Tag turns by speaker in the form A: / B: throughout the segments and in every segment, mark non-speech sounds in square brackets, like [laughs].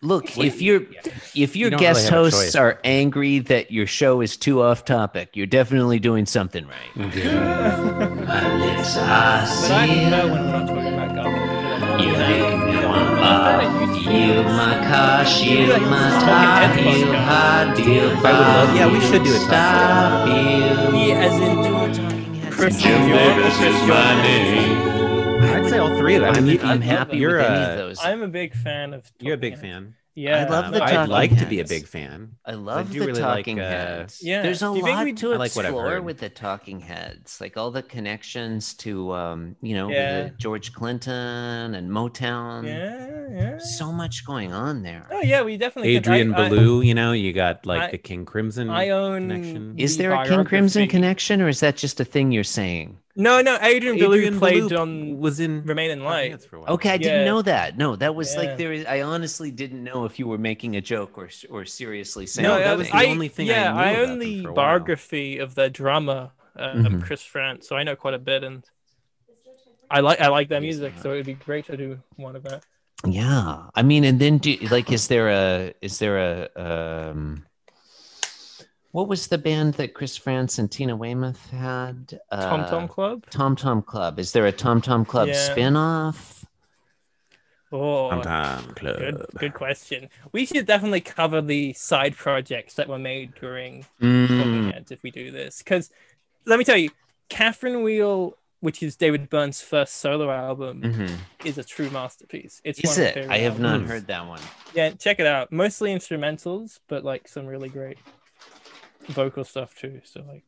A: Look, if your if your
B: don't
A: guest
B: really have a
A: hosts
B: choice.
A: are angry that your show is too off topic, you're definitely doing something right.
B: Mm-hmm.
C: But I can tell when we're not talking about government. You make me want to
B: I would love. Yeah, we should do a top.
C: Yeah, as in
D: Jim Davis is my name.
B: I'd say all three of them. I
A: I'm,
B: mean, you-
A: I'm
B: you-
A: happy
B: you're
A: with
B: a,
A: any of those. i
C: I'm a big fan of.
B: You're a big
C: Talking Heads.
B: fan. Um,
C: Yeah,
A: I love the
C: but
B: I'd
A: Talking
B: like to be a
A: Heads.
B: big fan.
A: love
B: do
A: the
B: really like,
A: Talking
B: uh,
A: Heads.
C: Yeah.
A: There's a
C: Do you think
A: lot
C: we-
A: to
B: I like what I've
A: explore
B: heard.
A: with the Talking Heads, like all the connections to, um, you know,
C: Yeah.
A: the George Clinton and Motown.
C: Yeah, yeah.
A: So much going on there.
C: Oh yeah, we definitely. could- I-
B: Adrian
C: I-
B: Ballou, you know, you got like
C: I-
B: the King Crimson.
C: I own.
B: Connection.
A: Is
C: the
A: there a King Crimson
C: biography.
A: connection, or is that just a thing you're saying?
C: No, no. Adrian Ballou
B: Adrian
C: played um,
B: Ballou
C: on
B: was in
C: Remain in Light.
B: Dance for a while.
A: Okay, I
C: Yeah.
A: didn't know that. No, that was
C: Yeah.
A: like there is. I honestly didn't know if you were making a joke or or seriously saying.
B: No,
A: the
B: that
C: I-
B: was the
A: thing.
C: I,
B: only thing I
C: Yeah,
B: knew
C: I,
B: about
C: own
B: them
C: the
B: for a while.
C: biography of their drummer, uh,
A: Mhm.
C: Chris France, so I know quite a bit, and I like I like their music, so it would be great to do one of that.
A: yeah. I mean, and then do like is there a is there a um. What was the band that Chris France and Tina Weymouth had?
C: Tom Tom
A: Uh,
C: Club.
A: Tom Tom Club. Is there a Tom Tom Club
C: Yeah.
A: spin-off?
C: Oh,
B: Tom Club.
A: Uh,
C: good good question. We should definitely cover the side projects that were made during
A: Hmm.
C: Talking
B: Mm,
C: Heads if we do this. Because let me tell you, Catherine Wheel, which is David Byrne's first solo album,
B: mhm.
C: is a true masterpiece. It's
A: Mm-hmm. Is
C: one of my
A: it?
C: favorite
A: I have not
B: albums.
A: heard that one.
C: albums. Yeah, check it out. Mostly instrumentals, but like some really great vocal stuff too. So like,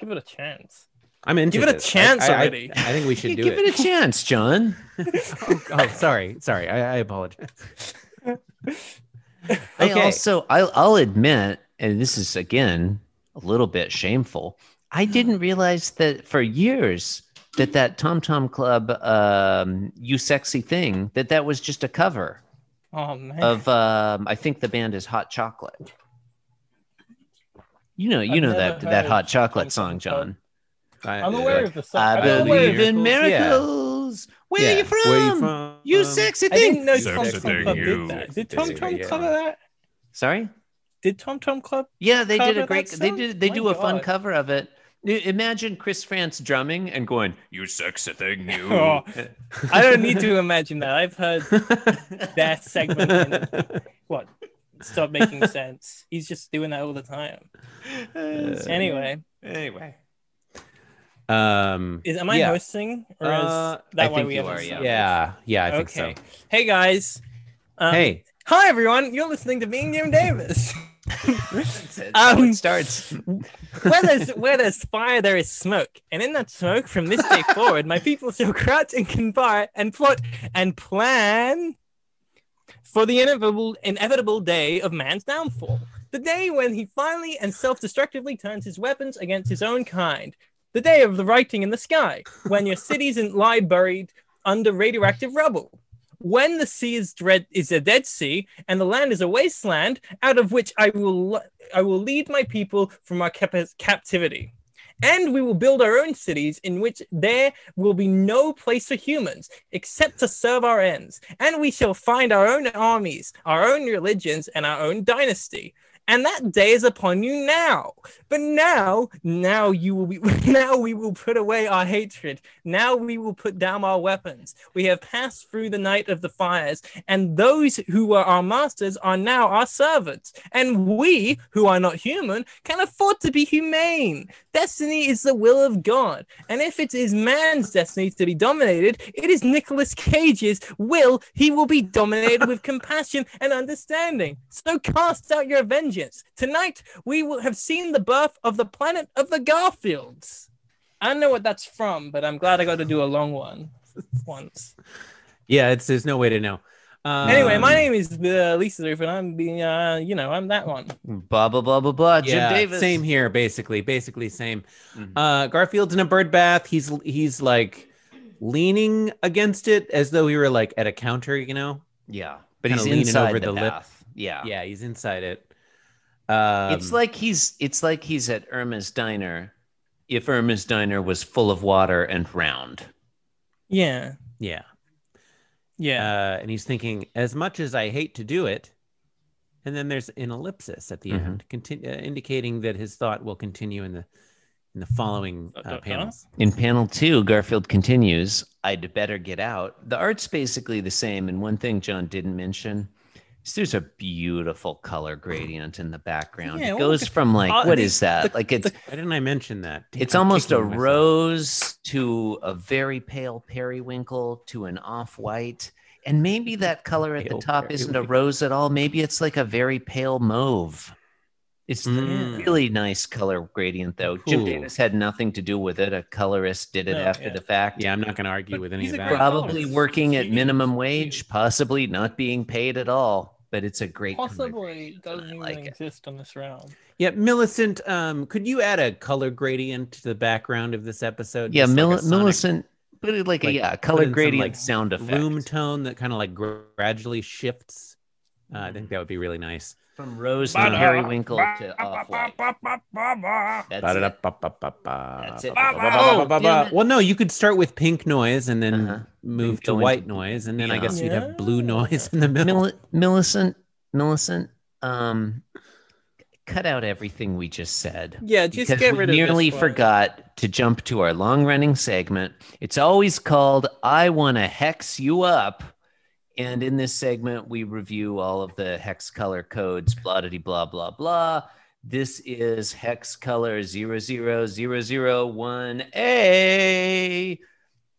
C: give it a chance.
B: I'm into
C: Give it a
B: this. I-
C: chance
B: I, I-
C: already.
B: I, think we should do
A: give
B: it.
A: it a chance, John.
B: oh, [laughs] oh, sorry, sorry. I, I apologize.
A: [laughs] I
B: Okay.
A: also, I'll, I'll admit, and this is again a little bit shameful. I
C: Mm-hmm.
A: didn't realize that for years that that Tom Tom Club, um, "You Sexy Thing," that that was just a cover
C: Oh man.
A: of, um, I think the band is Hot Chocolate. You know, you
C: I've
A: know
C: never
A: that that
C: heard
A: Hot
C: Tom
A: Chocolate
C: Tom
A: song,
C: Club.
A: John.
B: I, uh,
C: I'm aware of the song.
A: I
C: I'm aware of
A: believe
C: the
A: in
C: miracles. Yeah.
A: miracles. Where,
B: Yeah.
A: you from?
B: Where you from?
A: You sexy
C: Um, I
A: thing.
C: didn't know
D: Sexy
C: Tom Tom
D: thing,
C: Club
D: you.
C: did that. Did Tom
B: Sexy
C: Tom
B: thing, yeah.
C: cover that?
A: Sorry.
C: Did Tom Tom Club?
A: Yeah, they did
C: cover
A: a great.
C: that
A: They
C: song?
A: did. They
C: My
A: do a fun
C: God.
A: cover of it. I- Imagine Chris France drumming and going, "You sexy thing, you."
C: Oh, I
B: [laughs]
C: don't need to [laughs] imagine that. I've heard that segment. in- what? Stop making sense. He's just doing that all the time. Anyway,
A: uh, anyway,
B: Um,
C: is am I
B: yeah.
C: hosting or is
B: Uh,
C: that
B: I
C: why
B: think
C: we
B: you
C: haven't
A: are,
C: started?
B: Yeah, yeah, I think
C: Okay.
B: so.
C: Hey guys. Um,
B: Hey,
C: Hi everyone. You're listening to Being Jim Davis.
A: that's how
C: Um,
A: it starts.
C: where there's where there's fire, there is smoke, and in that smoke, from this day forward, my people shall crouch and conspire and plot and plan for the inevitable inevitable day of man's downfall. The day when he finally and self-destructively turns his weapons against his own kind. The day of the writing in the sky, when your cities and lie buried under radioactive rubble. When the sea is dread is a dead sea, and the land is a wasteland, out of which I will l- I will lead my people from our cap- captivity. And we will build our own cities in which there will be no place for humans except to serve our ends. And we shall find our own armies, our own religions, and our own dynasty. And that day is upon you now. But now, now you will be, [laughs] now we will put away our hatred. Now we will put down our weapons. We have passed through the night of the fires, and those who were our masters are now our servants. And we, who are not human, can afford to be humane. Destiny is the will of God. And if it is man's destiny to be dominated, it is Nicolas Cage's will. He will be dominated with compassion and understanding. So cast out your vengeance. Tonight, we will have seen the birth of the planet of the Garfields. I don't know what that's from, but I'm glad I got to do a long one [laughs] once.
B: yeah, it's there's no way to know. Um,
C: Anyway, my name is uh, Lisa Roof, and I'm the, uh, you know, I'm that one.
A: blah blah blah blah blah. Jim
B: yeah,
A: Davis.
B: Same here, basically, basically same.
A: Mhm.
B: Uh, Garfield's in a bird bath. He's he's like leaning against it as though he were like at a counter, you know.
A: Yeah, but
B: Kinda
A: he's
B: leaning
A: inside
B: over
A: the,
B: the lip.
A: bath. Yeah.
B: Yeah, he's inside it. Um,
A: it's like he's. It's like he's at Irma's diner. If Irma's diner was full of water and round.
C: Yeah,
B: yeah,
C: yeah.
B: Uh, and he's thinking, as much as I hate to do it, and then there's an ellipsis at the
A: Mhm.
B: end, conti- uh, indicating that his thought will continue in the in the following
C: Uh,
B: uh,
C: uh, uh?
B: panels.
A: In panel two, Garfield continues, I'd better get out. The art's basically the same. And one thing John didn't mention is there's a beautiful color gradient in the background.
C: Yeah,
A: it
C: well,
A: goes
C: look
A: from like,
C: uh,
A: what
C: the-
A: is that?
C: the-
A: like it's
B: Why didn't I mention that? Damn,
A: it's
B: I'm
A: almost a
B: kicking myself.
A: rose to a very pale periwinkle to an off-white. And maybe that color at
B: Pale
A: the top isn't a
B: periwinkle.
A: rose at all. Maybe it's like a very pale mauve. It's
B: Mm.
A: really nice color gradient though. Jim
B: Cool.
A: Davis had nothing to do with it. A colorist did it
C: No,
A: after
C: yeah.
A: the fact.
B: Oh, Yeah, I'm not Oh, going to argue with any of
C: He's a
B: that.
C: great
A: Probably
C: colorist.
A: working at
C: Genius.
A: minimum wage, possibly not being paid at all, but it's a great color
C: Possibly
A: gradient, and I
C: doesn't even
A: like it.
C: exist on this round.
B: Yeah, Millicent, um, could you add a color gradient to the background of this episode?
A: Yeah,
B: Just like a
A: Mil-
B: sonic
A: Millicent, but it like, a
B: like,
A: yeah, a
B: in
A: color
B: some,
A: gradient
B: like,
A: sound effect.
B: room tone that kind of like gra- gradually shifts. Uh, I think that would be really nice.
A: From Rose and Periwinkle to Off White. That's it.
B: Ba-da-da-ba-ba-ba-ba.
A: That's it.
B: Ba-ba-ba-ba-ba-ba.
A: Oh,
B: Well, no, you could start with pink noise and then
A: Uh-huh. Then
B: move to
A: go
B: white
A: into-
B: noise, and then I
A: Yeah.
B: guess you'd
C: Yeah.
B: have blue noise in the middle.
A: Mil- Millicent, Millicent, um, cut out everything we just said.
C: Yeah, just
A: because
C: get
A: we
C: rid of
A: nearly
C: this one.
A: forgot to jump to our long-running segment. It's always called "I Want to Hex You Up," and in this segment, we review all of the hex color codes. Blah diddy blah blah blah. This is hex color 00001A.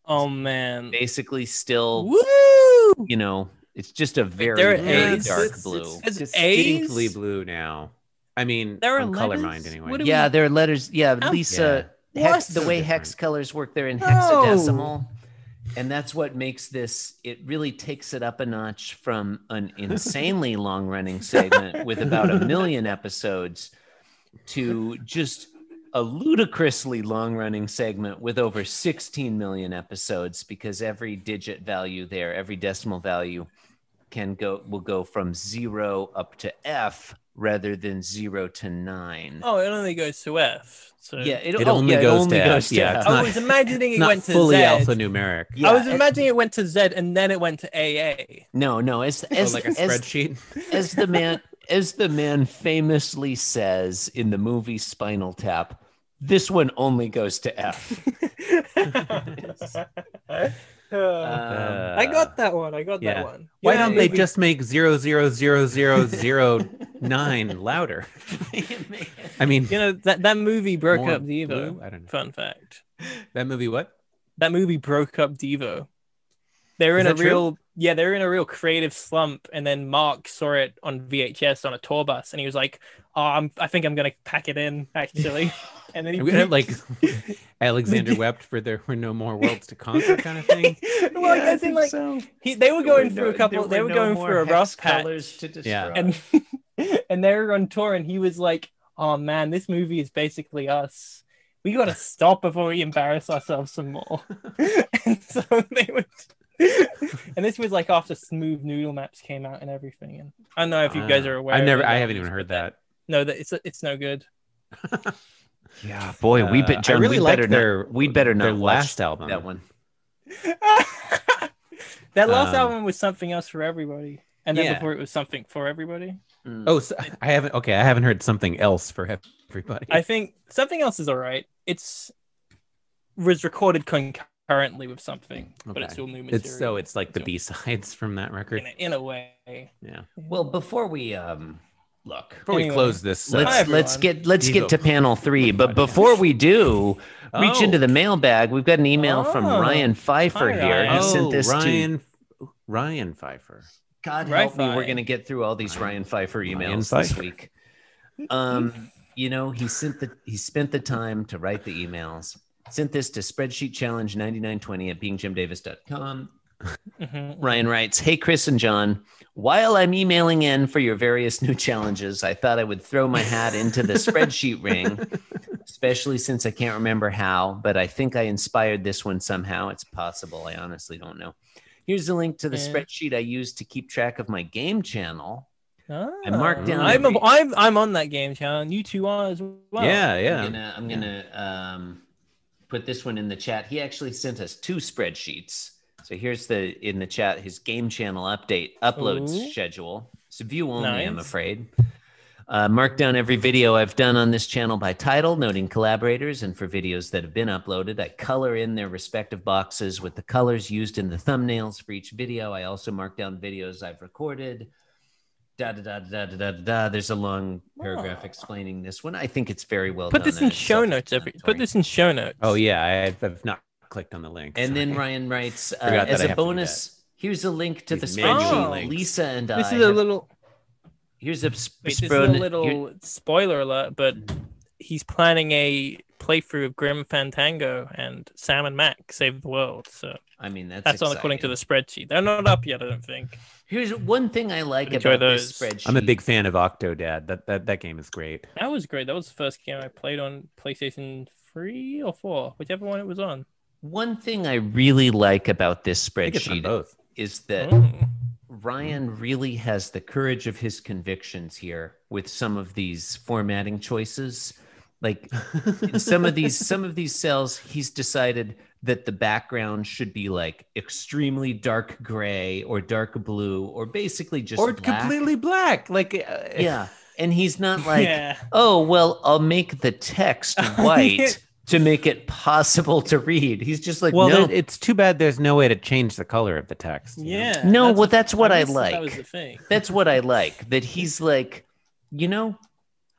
C: Oh man.
A: Basically, still,
C: Woo!
A: you know, it's just a very,
C: there are
A: very
C: A's.
A: dark
B: It's-
A: blue.
B: It's
C: As
B: distinctly
C: A's?
B: blue now. I mean,
C: There are
B: on color mind
C: lemons?
B: anyway.
C: What do we-
A: yeah, there are letters. Yeah,
C: How-
A: Lisa.
C: Yeah.
A: Hex,
C: What?
A: the way
B: So
A: hex
B: different.
A: colors work, they're in
C: No.
A: hexadecimal, and that's what makes this. It really takes it up a notch from
C: [laughs]
A: an insanely long-running segment with about a million episodes to just a ludicrously long-running segment with over 16 million episodes because every digit value there, every decimal value can go will go from 0 up to F rather than 0 to 9.
C: Oh, it only goes to F. So
A: Yeah, it,
B: It
A: oh,
B: only
A: yeah,
B: goes
A: it only
B: to
A: goes
B: F,
A: to
B: yeah,
A: F.
B: it's
C: I
B: not-
C: was imagining
B: It's
C: it
B: not
C: went to
B: fully
C: Z.
B: alphanumeric.
A: Yeah,
C: I was
A: it-
C: imagining it went to Z and then it went to [laughs]
A: [laughs]
C: AA.
A: no, no. As
C: Oh,
B: So
A: as
B: like a
A: as,
B: spreadsheet.
A: as the man as the man famously says in the movie Spinal Tap, this one only goes to F.
C: Oh, Uh,
A: Um,
C: [laughs] I got that one. I got
B: yeah.
C: that one.
B: Uh, Why
C: Yeah,
B: don't they
C: maybe.
B: just make zero zero zero
C: [laughs]
B: zero zero nine louder?
A: [laughs]
B: I mean,
C: You know that that movie broke
B: more
C: up Devo.
B: blue? I don't know.
C: Fun fact:
B: That movie, what?
C: [laughs] that movie broke up Devo. They're
B: Is
C: in a
B: that true?
C: real yeah, they're in a real creative slump. And then Mark saw it on VHS on a tour bus, and he was like, "Oh, I'm, I think I'm gonna pack it in
B: [laughs]
C: actually." and then he
B: Are we gonna,
C: [laughs] booked-
B: like Alexander wept for there were no more worlds to conquer kind of
C: [laughs]
B: thing.
C: well, like, I think like
A: so.
C: he, they were going through a couple. They were going through a rough patch.
B: Yeah.
C: and [laughs] and they were on tour and he was like oh man this movie is basically us we gotta stop before we embarrass ourselves some more [laughs] and so [laughs] they would and this was like after smooth noodle maps came out and everything and i don't know if you guys
B: Ah,
C: are aware
B: I've
C: of
B: never,
C: it,
B: I
C: but-
B: haven't even heard that.
C: no that it's it's no good [laughs]
A: yeah, boy, we
B: Uh, I
A: bet John.
B: really
A: we
B: liked
A: better
B: their-
A: not. We better
B: Their
A: not watch
B: last album.
A: that one.
C: that last
B: Um,
C: album was something else for everybody and then
B: Yeah.
C: before it was something for everybody
A: Mm.
B: Oh, so, I haven't. Okay, I haven't heard something else for everybody.
C: I think something else is all right. It's was recorded concurrently with something, but
B: Okay.
C: it's all new material.
B: it's so it's like the B sides from that
C: in
B: record.
C: a, in a way.
B: Yeah.
A: Well, before we um look,
B: Before we
C: Anyway.
B: close this, uh,
A: let's
C: Hi,
A: let's
C: everyone.
A: get let's
B: Devo.
A: get to panel three.
B: [laughs]
A: But before we do, reach
B: Oh.
A: into the mailbag. We've got an email from
C: Oh.
A: Ryan Pfeiffer
C: Hi,
A: here. He
C: Ryan.
A: sent this to
B: Oh, Ryan, Ryan Pfeiffer.
A: God
C: Right,
A: help me, we're
C: fine.
A: going to get through all these
B: Ryan-
A: Ryan Pfeiffer
B: Ryan
A: emails this
B: Pfeiffer.
A: week. Um, you know, he sent the he spent the time to write the emails. Sent this to spreadsheet challenge 9920 at beingjimdavis.com.
C: Mhm.
A: Ryan writes, Hey, Chris and John, while I'm emailing in for your various new challenges, I thought I would throw my hat into the spreadsheet ring, especially since I can't remember how, but I think I inspired this one somehow. It's possible. I honestly don't know. Here's a link to the
C: Yeah.
A: spreadsheet I use to keep track of my game channel.
C: Ah.
A: I marked down
C: I'm,
A: every-
C: a, I'm I'm on that game channel. and You two are as well.
B: yeah,
A: I'm
B: yeah.
A: gonna, I'm gonna um, put this one in the chat. He actually sent us two spreadsheets. So here's the in the chat his game channel update upload
C: Ooh.
A: schedule. view only, I'm
C: Nice.
A: afraid. Uh, mark down every video I've done on this channel by title, noting collaborators, and for videos that have been uploaded, I color in their respective boxes with the colors used in the thumbnails for each video. I also mark down videos I've recorded. Da da da da da da da. da. There's a long paragraph
C: Oh.
A: explaining this one. I think it's very well
C: Put
A: done
C: this
A: and
C: in
A: it's
C: show notes. Every,
A: self-explanatory.
C: put this in show notes.
B: Oh yeah, I- I've, I've not clicked on the link.
A: And then
B: sorry.
A: Ryan writes, uh,
B: Forgot that
A: as
B: I
A: a
B: have to do
A: bonus, here's a link to
B: These
A: the
B: manual
A: spreadsheet
C: links.
A: Lisa and I.
C: Oh. This is a
A: have-
C: little.
A: here's a, sp-
C: Wait, this is a
A: spron- here-
C: little spoiler alert, but he's planning a playthrough of Grim Fandango and Sam and Mac save the world. So
A: I mean, that's
C: that's not according to the
A: exciting.
C: spreadsheet. They're not up yet, I don't think.
A: Here's one thing I like
C: Enjoy
A: about this
C: those.
A: spreadsheet.
B: I'm a big fan of Octodad. That that that game is great.
C: That was great. That was the first game I played on PlayStation three or four, whichever one it was on.
A: One thing I really like about this
B: I think it's on
A: spreadsheet
B: both.
A: is that
C: Mm.
A: Ryan really has the courage of his convictions here with some of these formatting choices. Like in some of these some of these cells he's decided that the background should be like extremely dark gray or dark blue or basically just
B: or
A: black.
B: completely black. Like uh,
A: yeah and he's
C: [laughs]
A: not like
C: yeah.
A: oh well i'll make the text white to make it possible to read he's just like
B: Well,
A: no
B: there- it's too bad there's no way to change the color of the text. you know?
C: Yeah.
A: no
C: that's
A: well
C: the-
A: that's what i,
C: guess
A: like
C: That was the thing.
A: that's what i like that he's like you know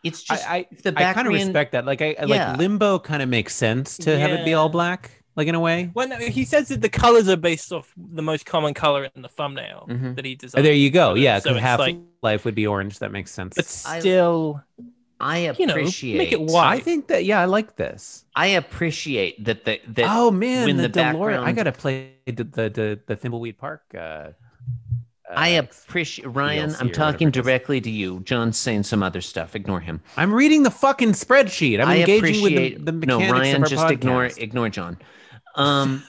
A: it's just
B: I, I
A: if the
B: I
A: background
B: kind of respect that. Like I I-
A: Yeah.
B: like Limbo kind of makes sense to have it be
C: Yeah.
B: all black, like in a way.
C: Well, no, he says that the colors are based off the most common color in the thumbnail
B: Mm-hmm.
A: Mhm.
C: that he designed.
B: There you go. Yeah,
C: So
B: because
C: it's
B: half
C: like-
B: life would be orange. That makes sense.
C: but
A: I-
C: still,
A: i
C: you know,
A: appreciate
C: make it white.
B: I think that yeah, I like this.
A: i appreciate that the that
B: oh man,
A: when
B: the,
A: the
B: DeLorean. I
A: background-
B: gotta play the the the, the Thimbleweed Park. Uh, uh,
A: I appreciate Ryan.
B: DLC
A: I'm
B: or
A: talking
B: whatever it is.
A: directly to you. John's saying some other stuff. Ignore him.
B: I'm reading the fucking spreadsheet. I'm
A: I
B: engaging with
A: appreciate
B: the, the
A: no
B: mechanics
A: Ryan.
B: of our
A: Just ignore
B: podcast.
A: ignore John.
B: [laughs]
A: Um,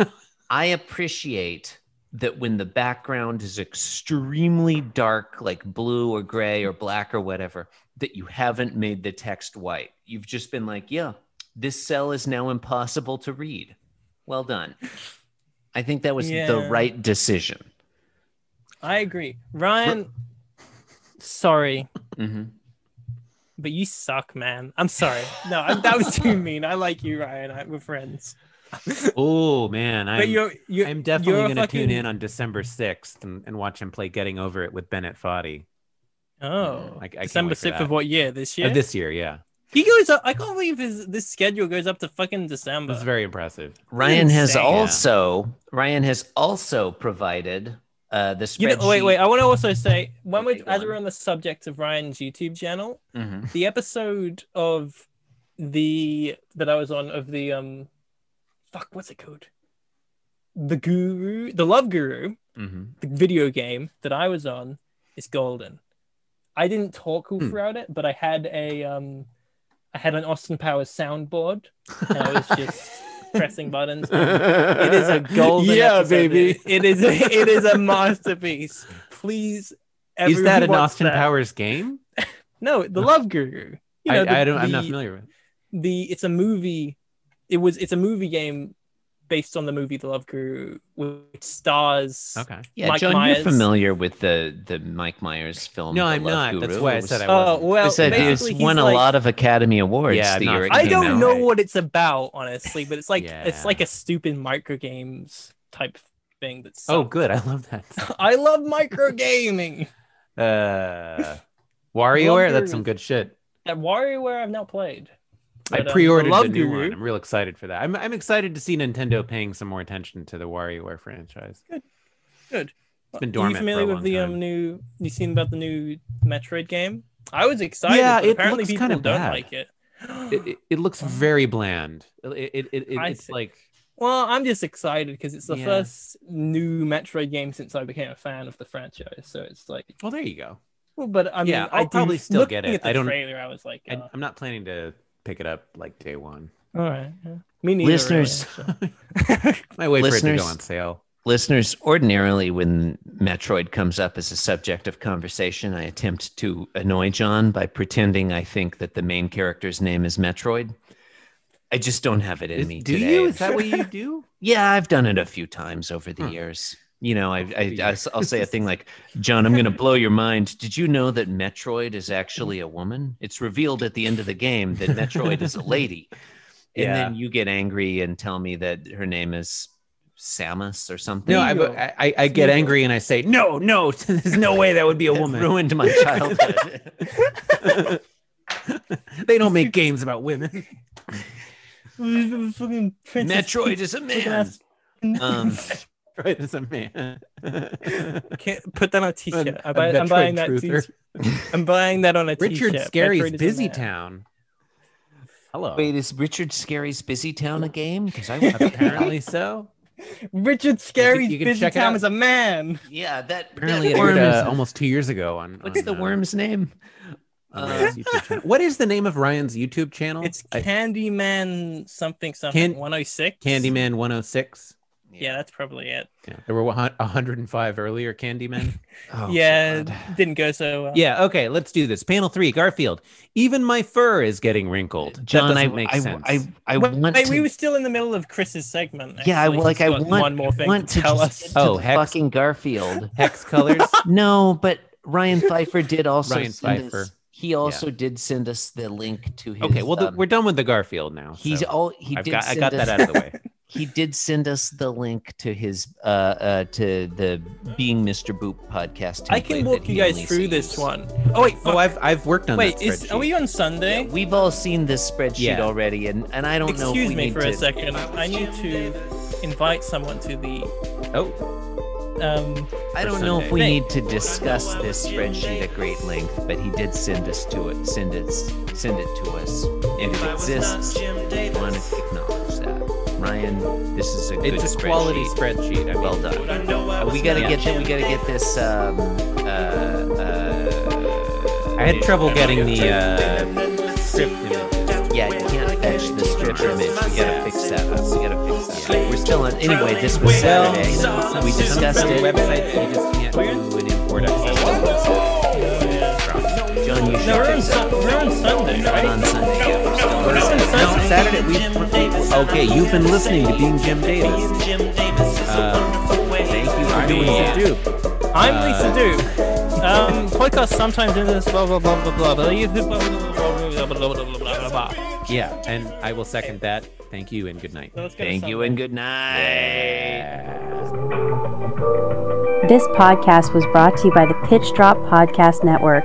A: I appreciate that when the background is extremely dark, like blue or gray or black or whatever, that you haven't made the text white. You've just been like, yeah, this cell is now impossible to read. Well done. I think that was the
C: Yeah.
A: right decision.
C: I agree. Ryan, sorry,
A: Mhm.
C: but you suck, man. I'm sorry. No, I, that was
A: [laughs]
C: too mean. I like you, Ryan. I, we're friends.
B: Oh man, I'm,
C: but you're, you're
B: I'm definitely
C: you're a
B: going to tune
C: fucking-
B: in on December 6th and, and watch him play Getting Over It with Bennett Foddy.
C: oh,
B: I- I can't
C: December
B: wait for
C: sixth
B: that.
C: of what year? This
B: Uh,
C: year?
B: this year, yeah.
C: he goes up. I can't believe his this schedule goes up to fucking December.
B: That's very impressive.
A: Ryan has
C: Insane.
A: also Ryan has also provided uh, the spreadsheet.
C: you know, wait, wait. I want to also say when we,
A: Okay, go
C: as
A: on.
C: we're on the subject of Ryan's YouTube channel,
A: Mhm.
C: the episode of the that I was on of the um fuck what's it called? The Guru, the Love Guru,
B: Mhm.
C: the video game that I was on is golden. I didn't talk all
B: Hmm.
C: throughout it, but I had a um I had an Austin Powers soundboard and I was just
B: [laughs]
C: pressing buttons. It is a golden
B: Yeah,
C: episode.
B: baby.
C: It is a, it is
B: [laughs]
C: a masterpiece. Please
B: Is
C: everyone
B: that an
C: watch
B: Austin
C: that.
B: Powers game?
C: No, the Love Guru. You know,
B: I,
C: the-
B: I don't, I'm not
C: the-
B: familiar with. it.
C: the it's a movie it was it's a movie game based on the movie the love guru which stars
B: Okay.
A: Yeah,
C: Mike
A: John,
C: Myers.
A: you're familiar with the the Mike Myers film.
B: No,
A: The
B: I'm
A: Love
B: not. That's
A: Guru?
B: why I
A: It was-
B: said I
C: oh
B: wasn't.
A: It
C: well
A: said it's
C: basically, he's
A: won a
C: like-
A: lot of Academy Awards
B: Yeah, I'm
A: the
B: not
A: year it
C: i
A: came
C: don't
A: out.
C: know
B: Right.
C: what it's about honestly but
B: [laughs]
C: it's like it's
B: Yeah.
C: like a stupid micro games type thing that's
B: Oh, good. I love that.
C: [laughs] i love micro gaming
B: Uh, WarioWare,
C: Love
B: that's some
C: Guru.
B: good shit.
C: that WarioWare I've now played.
B: I
C: But, um,
B: pre-ordered
C: Love
B: the new
C: Guru-
B: one. I'm real excited for that. I'm, I'm excited to see Nintendo paying some more attention to the WarioWare franchise. been dormant
C: Are you
B: for
C: familiar
B: a
C: with
B: long
C: the um
B: time.
C: new? You seen about the new Metroid game? I was excited.
B: Yeah,
C: but
B: it
C: apparently
B: looks
C: people
B: kinda
C: don't
B: bad.
C: like it. [gasps]
B: It, it, it looks very bland. It, it, it, it-
C: I
B: it's
C: see.
B: like
C: Well, I'm just excited because it's the
B: Yeah.
C: first new Metroid game since I became a fan of the franchise. So it's like,
B: Well, there you go.
C: well, but I mean,
B: Yeah,
C: I
B: I'll
C: do-
B: probably still
C: looking
B: get it.
C: At the
B: I don't-
C: Trailer, I was like,
B: I,
C: uh,
B: I'm not planning to pick it up like day one.
C: [laughs] all right. yeah. Me neither.
A: Listeners,
B: [laughs] I wait for it to
A: Listeners-
B: go on sale.
A: listeners, ordinarily when Metroid comes up as a subject of conversation, I attempt to annoy John by pretending I think that the main character's name is Metroid. I just don't have it in
B: Is-
A: me
B: do
A: today.
B: [laughs] you? Is that what you do?
A: Yeah, I've done it a few times over the
B: Hmm.
A: years. you know, I, I, I will say a thing
B: [laughs]
A: like, John, I'm going to blow your mind. Did you know that Metroid
B: Mm-hmm.
A: is actually a woman? It's revealed at the end of the game that Metroid
B: [laughs]
A: is a lady. And
B: Yeah.
A: then you get angry and tell me that her name is Samus or something.
B: No, I, I, I get angry and I say, no, no, [laughs] there's no way that would be a
A: It
B: [laughs] woman.
A: ruined my childhood.
B: [laughs] they don't make games about women. [laughs]
C: Fucking Princess
A: Metroid is a man.
C: Princess- [laughs]
A: Um,
B: Right, as a man.
C: Can't put that on a t-shirt.
B: A-
C: I
B: a
C: buy, I'm
B: Metroid
C: buying that
B: truther.
C: t-shirt. I'm buying that on a
B: Richard
C: t-shirt. Metroid
B: Scary's
C: is a
B: Busy
C: man.
B: Town. Hello.
A: Wait, is Richard Scary's Busy Town a game? Because
B: [laughs]
A: I
B: Apparently [laughs] so.
C: Richard Scary's
B: you can
C: Busy
B: check it
C: Town
B: out.
C: is a man.
A: yeah, that
B: Apparently
A: that
B: it
A: worm
B: aired,
A: is-
B: uh, [laughs] almost two years ago on.
A: What's
B: on,
A: the
B: uh,
A: worm's name?
B: on
A: Uh,
B: Ryan's YouTube [laughs] channel. what is the name of Ryan's YouTube channel?
C: It's
B: I-
C: Candyman something something
B: Can-
C: 106.
B: Candyman 106.
C: Yeah, that's probably it.
B: Yeah. There were 105 earlier Candyman.
A: Oh,
C: yeah,
A: God.
C: didn't go so well.
B: [laughs] yeah, okay, let's do this. Panel three, Garfield. Even my fur is getting wrinkled. That
A: John, I,
B: doesn't make
A: I,
B: sense.
A: I, I
C: Wait,
A: want
C: wait,
A: to,
C: we were still in the middle of Chris's segment.
A: yeah, I,
C: actually.
A: like
C: He's
A: I
C: got
A: want,
C: one more thing
A: want
C: to tell
A: just
C: us.
A: get to
B: Oh, [laughs] hex.
A: fucking
B: [laughs]
A: Garfield.
B: Hex colors.
A: no, but Ryan Pfeiffer did also
B: Ryan
A: send
B: Pfeiffer.
A: us. He also did send us the link to his.
B: okay, well, the,
A: um,
B: we're done with the Garfield now.
A: he's
B: so
A: all he
B: I've
A: did.
B: got, I
A: send
B: got
A: us-
B: that out of the way.
A: He did send us the link to his uh uh to the Being Mr. Boop podcast.
C: I can
A: template
C: walk
A: that he
C: you guys
A: only
C: through
A: sees.
C: this one. Oh wait,
B: [laughs] Oh,
C: fuck.
B: I've, I've worked on
C: wait,
B: that
C: is,
B: spreadsheet.
C: are we on Sunday?
A: We've all seen this spreadsheet
B: Yeah.
A: already, and and I don't know. if
C: Excuse
A: we
C: me
A: need
C: for
A: to,
C: a second. I need to invite someone to the
B: Oh,
C: um
A: I
B: for
A: don't know if
B: Sunday.
A: we
C: Hey.
A: need to discuss this spreadsheet at great length, but he did send us to it. Send it. Send it to us, and it exists. I want to acknowledge that, Ryan. This is a good
B: it's a
A: spreadsheet.
B: quality spreadsheet. I mean,
A: Well done. Uh, we gotta
B: Yeah.
A: get that. We gotta get this. Um, uh, uh,
B: I had trouble getting the uh, script image.
A: yeah, you can't fetch the strip image. We gotta fix that. Up. We gotta fix that. up. We're still on. Anyway, this was
B: Well,
A: Saturday.
B: some-
A: We
B: some
A: discussed
B: from
A: it.
B: Websites you just can't do an import access.
A: John, you
C: No,
A: should
C: we're on,
A: fix
C: Sun-
A: that.
C: we're on Sunday,
A: Not
C: right?
A: on Sunday. Yeah, we're still on
C: We're on
A: Sunday.
C: Sunday.
B: No, Saturday we. Okay, you've been listening to Being Jim Davis. Uh,
A: Thank you for
B: I'm
A: doing
B: Lisa
A: that. Uh,
B: Duke.
C: I'm Lisa Duke. Um, podcast sometimes in this blah blah blah blah blah blah blah blah blah blah blah blah blah blah blah blah.
B: Yeah, and I will second that. Thank you and good night.
C: So let's go to
A: Thank you
C: Sunday.
A: and good night.
E: This podcast was brought to you by the Pitch Drop Podcast Network.